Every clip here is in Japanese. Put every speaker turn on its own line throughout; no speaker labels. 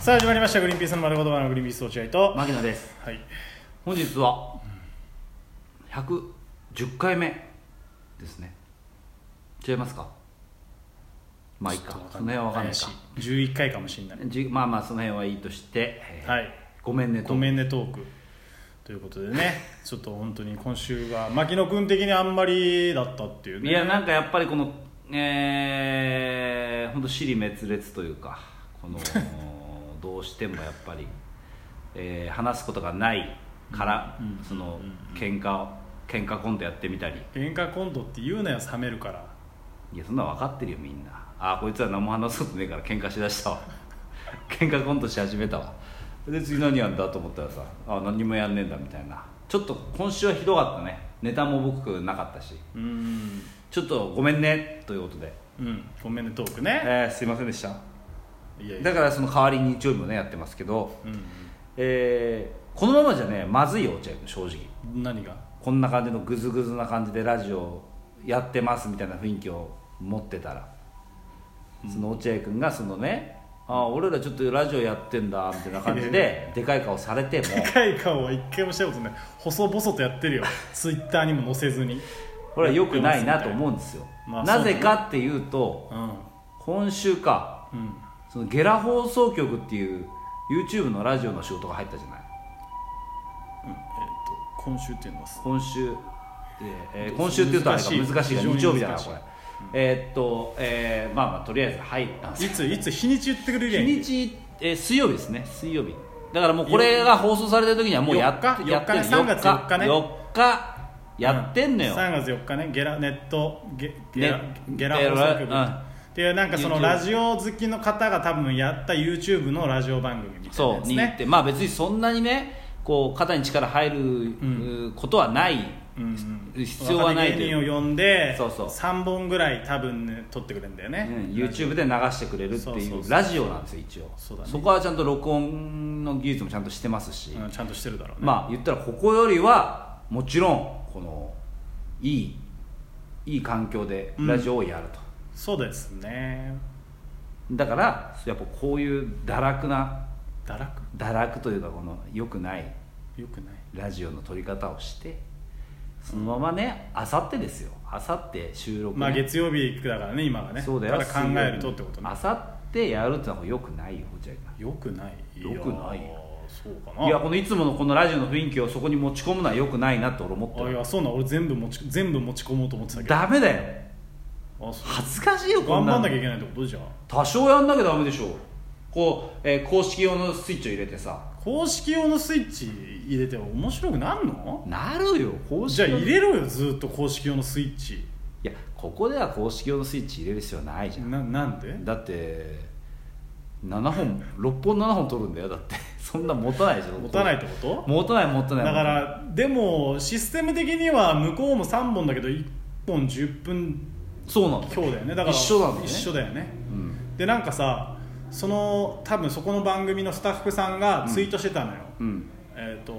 さあ始まりました「グリーンピースの丸言葉のグリーンピース落合」と、
牧野です
はい、
本日は110回目ですね違いますかまあいいかその辺は分かんないか
怪しい11回かもしれない、
じまあまあその辺はいいとして、えー
はい
ごめんねと
ごめんねトークということでね ちょっと本当に今週は牧野君的にあんまりだったっていうね
いやなんかやっぱりこのえー、ほんと尻滅裂というかこ のどうしてもやっぱり、えー話すことがないから、その喧嘩を喧嘩コントやってみたり
喧嘩コントって言うなよ冷めるから
いやそんなの分かってるよみんなああこいつは何も話すことねえから喧嘩しだしたわ 喧嘩コントし始めたわで次何やんだと思ったらさあ何もやんねえんだみたいなちょっと今週はひどかったねネタも僕なかったし
うーん
ちょっとごめんねということで、
うんごめんねトークね
えーすいませんでした
いやいや
だからその代わりに日曜日もねやってますけど、
うん
えーこのままじゃねまずいよ落合君正直
何が
こんな感じのグズグズな感じでラジオやってますみたいな雰囲気を持ってたら、その落合君がそのね「あ俺らちょっとラジオやってんだ」みたいな感じででかい顔されても
でかい顔は一回もしたことない細々とやって るよツイッターにも載せずに
これは良くないなと思うんですよ、
まあ
なぜかっていうと
うん
今週か
うん
そのゲラ放送局っていう YouTube のラジオの仕事が入ったじゃない
うんえっと今週っていうのは
今週で、えー
どう
今週って言うとあれか
難しい
難しいが
非常に
日曜日だな
難しい
これ、えーっと、えーまあまあとりあえず入ったんです
いついつ日にち言ってくれりゃ
日
いいんだよ
にち、えー水曜日ですね水曜日だからもうこれが放送された時にはもうやっ
4日
やってる
4日ね3月4日ね
4日やってんのよ、
3月4日ねゲラネットゲゲラ
ね
ゲラ放送
ゲ
局
ラ
っていうなんかその
YouTube
ラジオ好きの方が多分やった YouTube のラジオ番組みたいな
そ
や
う
つ
に行っ
ね
てまあ別にそんなにねこう肩に力入るうことはない、
うんうん
必要はない
若手
という
芸人を呼んで
そうそう
3本ぐらい多分ね撮ってくれるんだよね、
うん YouTube で流してくれるって
そうそう
い
そう
うラジオなんですよ一応
そうだね
こはちゃんと録音の技術もちゃんとしてますし、
うんちゃんとしてるだろうね、
まあ言ったらここよりはもちろんこのいいいい環境でラジオをやると、
そうですね
だからやっぱこういう堕落な
堕落
堕落というかこの良くない
よくない
ラジオの撮り方をしてそのままねあさってですよあさって収録ね、
まあ月曜日だからね今がね
そうだよ
ただ考えるとってことね
あさってやるってのは良くないよ落合
よくない
よくないよ
やそうか
君
ない
やこのいつものこのラジオの雰囲気をそこに持ち込むのは良くないなと俺思って
あい
る
やそうなん俺全部持ち全部持ち込もうと思ってたけどあ
ダメだよ
そう
恥ずかしいよこ
頑
んな
張
の
んなきゃいけないってことじゃん
多少やんなきゃダメでしょこう、えー公式用のスイッチを入れてさ
公式用のスイッチ入れて面白くなんの
なるよ公式
じゃ
用
あ
の
入れろよずっと公式用のスイッチ
いやここでは公式用のスイッチ入れる必要ないじゃん
ななんで
だって7本6本7本取るんだよだって そんな持たないでしょ
持たないいってこと
持たない持たない
だからでもシステム的には向こうも3本だけど1本10分
そうなんだよ
強だよねだから
一緒なんだよね
一緒だよね
うん
でなんかさその多分そこの番組のスタッフさんがツイートしてたのよ、
うん
えっ、と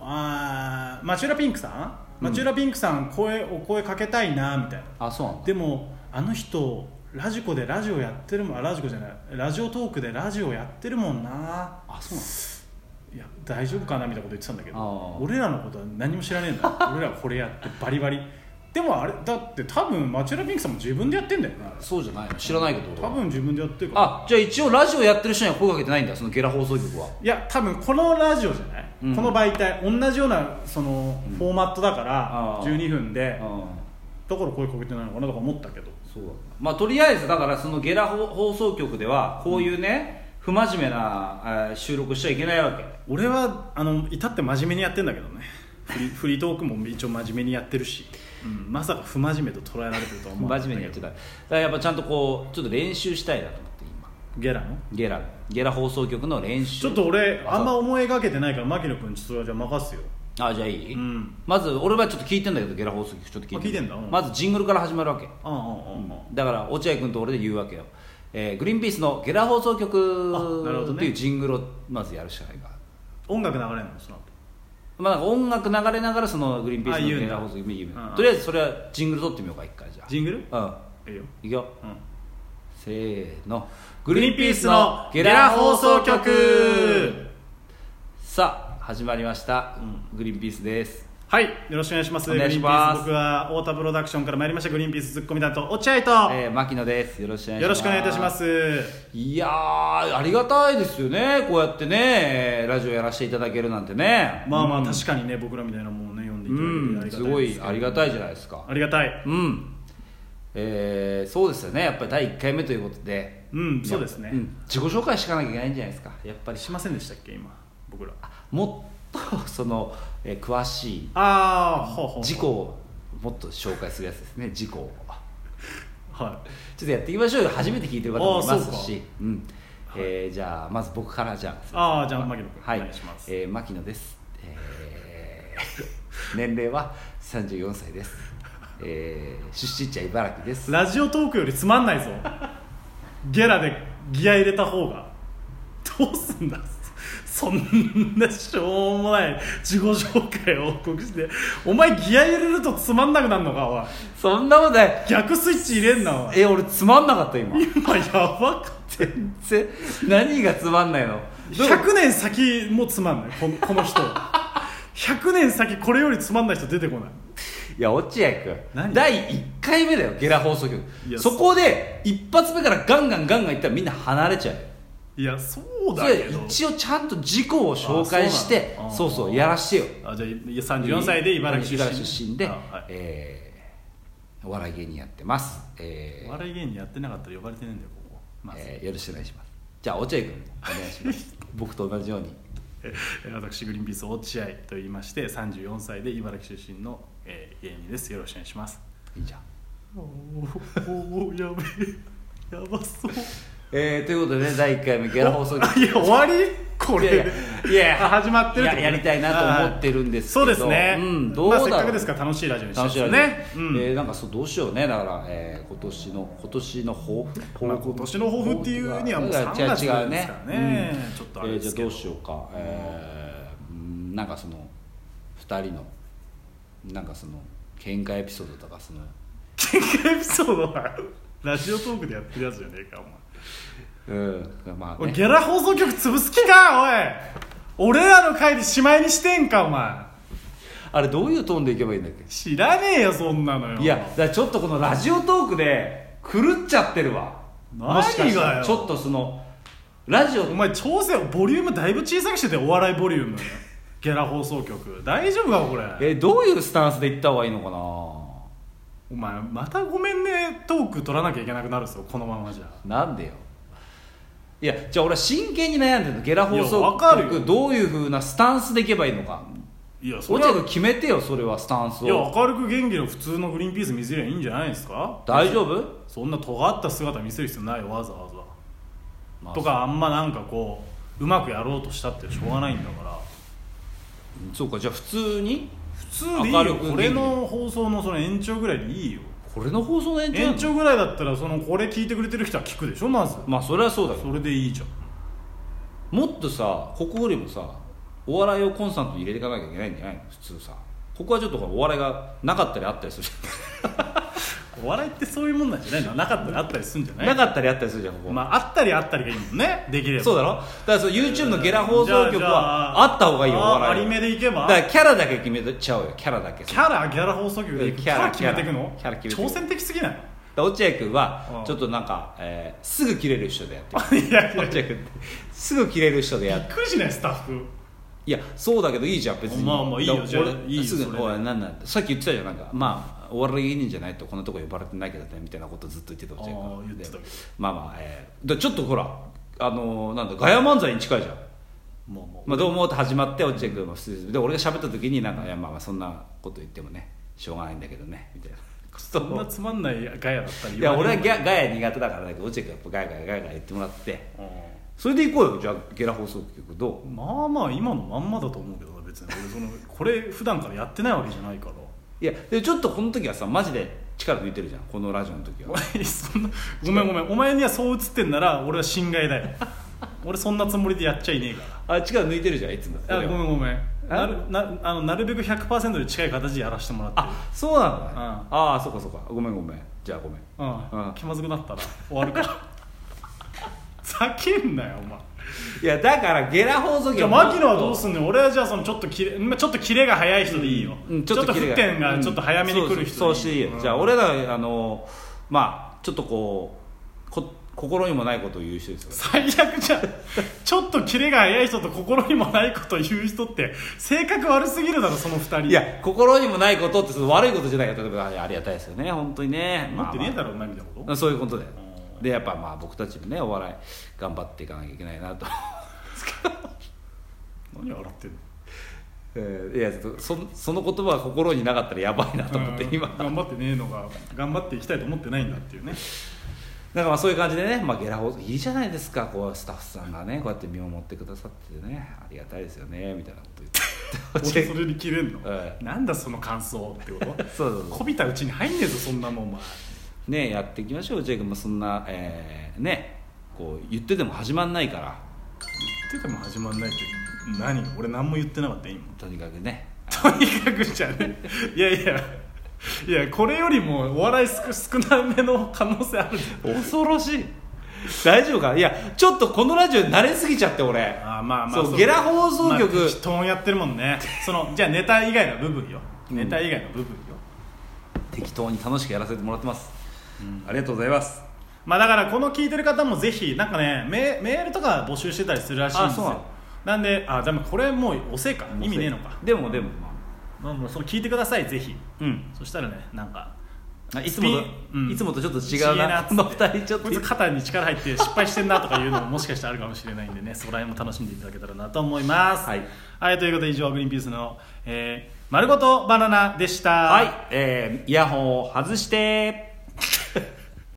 あーマチューラピンクさんマチューラピンクさん声お声かけたいなみたいな
あそうなんだ
でもあの人ラジコでラジオやってるもんあラジコじゃないラジオトークでラジオやってるもんな
あそうなんだ
いや大丈夫かなみたいなこと言ってたんだけ
あ
ど
ー
俺らのことは何も知らねえんだよ 俺らはこれやってバリバリでもあれだって多分マチュラピンクさんも自分でやってんだよね
そうじゃないの知らないけど俺
多
は
分自分でやってるから
あじゃあ一応ラジオやってる人には声かけてないんだそのゲラ放送局はい
や多分このラジオじゃない、
うん
この媒体同じようなそのフォーマットだから
あー
12分で
うん
だから声かけてないのかなとか思ったけど
そうだまあとりあえずだからそのゲラ放放送局ではこういうね、不真面目な、えー収録しちゃいけないわけ
俺はあの至って真面目にやってんだけどねフリフリートークも一応真面目にやってるし、うんまさか不真面目と捉えられてるとは
不
思わな
真面目にやっ
か
て
た
ただからやっぱちゃんとこうちょっと練習したいなと思って今
ゲラの
ゲラゲラ放送局の練習
ちょっと俺あんま思い描けてないから牧野君ちょっとそれはじゃあ任すよ
あじゃあいい、
うん
まず俺はちょっと聞いてんだけどゲラ放送局ちょっと聞いて
あ聞いてんだうん
まずジングルから始まるわけ
ああああ
だから落合君と俺で言うわけよ、えーグリーンピースのゲラ放送局
あなるほどね
っていうジングルをまずやるしかないか
音楽流れるのその後
まあ、なんか音楽流れながらそのグリーンピース
あ言う
の
んだ
ゲラ放送局も言う
うんうん
とりあえずそれはジングル撮ってみようか一回じゃあ
ジングル
うん
いいよ、
いくよ
うん、
せせーの
グリーンピースのゲラ放送局
さあ始まりました、グリーンピースです
はいよろしくお願いします
お願いします
グリーンピース僕は太田プロダクションから参りましたグリーンピースツッコミ担当落合と、
えー、牧野ですよろしくお願いします
よろしくお願いいたします
いやーありがたいですよねこうやってねラジオやらせていただけるなんてね
まあまあ
か
確かにね僕らみたいなもんをね読んでいただいてあ
うん、す
りがた
ご
いです
いありがたいじゃないですか
ありがたい
うんえー、そうですよねやっぱり第1回目ということで
うんそうですね
やっぱん自己紹介しかなきゃいけないんじゃないですかやっぱり
しませんでしたっけ今僕らあ
もっとその、えー詳しい
あーほうほうほう
事故をもっと紹介するやつですね事故を
はい
ちょっとやっていきましょうよ初めて聞いてる方もい
あ
ま
ーそう
す
か
しうんえーじゃあまず僕からじゃあ
ああじゃあ牧野君、
はい、
お願いします、
えー牧野です、えー 年齢は34歳です、えー出身地は茨城です
ラジオトークよりつまんないぞゲラでギア入れた方がどうすんだそんなしょうもない自己紹介を報告してお前ギア入れるとつまんなくなるのかおい
そんなことない
逆スイッチ入れんなおい
え俺つまんなかった今
今やばかった
全然何がつまんないのどう
100年先もつまんないこのこの人 100年先これよりつまんない人出てこない
いや落合君
何
第1回目だよゲラ放送局
いや
そこで一発目からガンガンガンガンいったらみんな離れちゃうよ
いやそう
そ
だ
れ
けど
一応ちゃんと事故を紹介して
あ
そ
そううなの
そうやらしてよ
あじゃあいや34歳で茨城出身
で、
あはい
えーお笑い芸人やってます、え
お
ー
笑い芸人やってなかったら呼ばれてねえんだよここまず、
えーよろしくお願いしますじゃあ落合君お願いします 僕と同じように
えー私グリーンピース落合と言いまして34歳で茨城出身の、えー芸人ですよろしくお願いします
いいじゃん
おおやべえやばそう
えーということでね第1回目ゲラ放 送
あいや終わりこ
いやいや
れ
いや
あ始まってるってことね
ややりたいなと思ってるんですけど
はいそうですね、
うんどうだ
ま
ろ
あ、せっ
う
かくですから楽しいラジオにしたい
楽
で
し
す
み
よ
だ
ね
ね、
うん
えーなんかそうどうしようねだから、えー今年の今年の抱負
まあ今年の抱負っていうにはもう3月ですからねちょっとあれ
えー
で
じゃ
す
あ
け
ど
ど
うしようか、えーうんなんかその2人のなんかその喧嘩エピソードとかその
喧嘩エピソードはラジオトークでやってるやつじゃねえかお前
うんまあ
おい
ね
ゲラ放送局潰す気かおい俺らの会でしまいにしてんかお前
あれどういうトーンでいけばいいんだっけ
知らねえよそんなのよ
いやだからちょっとこのラジオトークで狂っちゃってるわ
何がよ
もしかしたらちょっとそのラジオ
お前調整ボリュームだいぶ小さくしててお笑いボリュームゲラ放送局大丈夫かこれ
えーどういうスタンスで行った方がいいのかな
お前またごめんねトーク取らなきゃいけなくなるぞこのままじゃ
なんでよいやじゃあ俺は真剣に悩んでるのゲラ放
いや
送
わかるよ
局どういうふうなスタンスでいけばいいのか
いやそ
落
れは
合君決めてよそれはスタンス
いや
を
明るく元気の普通のグリーンピース見せりゃいいんじゃないですか
大丈夫
そんな尖った姿見せる必要ないよわざわざとかあんまなんかこううまくやろうとしたってしょうがないんだから
そうかじゃあ普通に
普通でいい
明る
よ
く元気
これの放送のその延長ぐらいでいいよ
これの放送の延長なの
延長ぐらいだったらそのこれ聞いてくれてる人は聞くでしょまず
まあそれはそうだけど
それでいいじゃん
もっとさここよりもさお笑いをコンスタントに入れていかなきゃいけないんじゃないの普通さここはちょっとほらお笑いがなかったりあったりするじ
お笑いってそういうもんなんじゃないのなかったりあったりするんじゃ
ゃ
なんい
なかったりあったりするじゃんここ、
まああったりあったりがいいもんねできれば
そう
だ
だろだからその YouTube のゲラ放送局はあった方がいいよお
あ
笑い
り
は
めでいけば
だからキャラだけ決めちゃおうよキャラだけ
キャラギャラ放送局でいく
キ
キ
ャ
ャ
ラ
ラ決めていくの
キャラ決めていく
挑戦的すぎない
落合君
う
は
ん
ちょっとなんか、えーすぐ切れる人でやって る
いやいや
落合
びっ
君ってすぐ切れる人でやって
くりしないスタッフ
いやそうだけどいいじゃん別に
まあまあいいよ
だ
じゃあ
俺
いいよ
す
そ
ぐ
れで
おいなんなんさっき言ってたじゃんなんかまあお笑い芸人じゃないとこんなとこ呼ばれてないけどねみたいなことずっと言ってた落合
ああ
君
言ってたけど
でまあまあ、えーだちょっとほらあのーなんだガヤ漫才に近いじゃん
もうもう
まあ、どうもって始まって落合君も普通ですで俺が喋った時になんか「いやまあまあそんなこと言ってもねしょうがないんだけどね」みたいな
そんなつまんないガヤだったり
いや俺はギ
ャ
ャガヤ苦手だからだけど落合君やっぱガヤガヤガヤガヤ言ってもらってそれで行こうよじゃあゲラ放送局ど
まあまあ今のまんまだと思うけどな別に俺そのこれ普段からやってないわけじゃないから
ういやでちょっとこの時はさマジで力抜いてるじゃんこのラジオの時は
お前そんなごめんごめんお前にはそう映ってんなら俺は心外だよ俺そんなつもりでやっちゃいねえか
あ力抜いてるじゃんいつも
らあごめんごめん
え
なるなあのなるべく100%に近い形でやらせてもらってる
あそうなんだね、
うん
ああそうかそうかごめんごめんじゃあごめん
うん
うん
気まずくなったら終わるから ざけんなよお前
いやだからゲラ放送
じ
局
ゃあ牧野はどうす
ん
んねん俺はじゃあそのちょっとキレまあちょっとキレが早い人でいいよ、
うん
ちょっと
キレ
沸点がちょっと早めに来る人でいい
うんそうそうそうしていいよ、
うん
じゃあ俺らあのまあちょっとこうこ心にもないことを言う人ですよ
最悪じゃんちょっとキレが早い人と心にもないこと言う人って性格悪すぎるだろその二人
いや心にもないことってその悪いことじゃないから例えばありがたいですよね本当にね
持ってねえだ
ろ
ろお前みたいなこと
そういうことだよでやっぱまあ僕たちもねお笑い頑張っていかなきゃいけないなと、
何笑ってんの
えーいやそその言葉が心になかったらやばいなと思って
うん
今
頑張ってねえのが頑張っていきたいと思ってないんだっていうね
なんかまあそういう感じでね、まあ、ゲラ放送いいじゃないですかこうスタッフさんがねこうやって見守ってくださっててねありがたいですよねみたいな こと言って
俺 それにキレんの、
う
なんだその感想ってこと
そうそうそ
こびたうちに入んねえぞそんなもんお前
うねやっていきましょうジェイ君もそんな、えーねこう言ってても始まんないから
言ってても始まんないって何俺何も言ってなかったよ今
とにかくね
とにかくじゃねいやいやいやこれよりもお笑い少少なめの可能性あるじ
恐ろしい大丈夫かいやちょっとこのラジオ慣れすぎちゃって俺
ゃんあーまあまあ
そうゲラ放送局、
まあ適当にやってるもんねそのじゃあネタ以外の部分よ
うん
ネタ以外の部分よ、
適当に楽しくやらせてもらってます、ありがとうございます
まあだからこの聞いてる方もぜひなんかねメメールとか募集してたりするらしいんです
あそうな
よ
の
なんであでもこれもうおせいか意味ねえのか
でもでも
ま
ま
あまあその聞いてくださいぜひ
あうん
そしたらねなんか
あいつも
ス
と、
ピンうん
いつもとちょっと違う
違えな
な
っつって
この二人ちょっ
こといつ肩に力入って失敗してんなとかいうのももしかしたらあるかもしれないんでねそこら辺も楽しんでいただけたらなと思います
はい、
はいということで以上グリーンピースの、えー、丸ごとバナナでした
はい、えーイヤホンを外して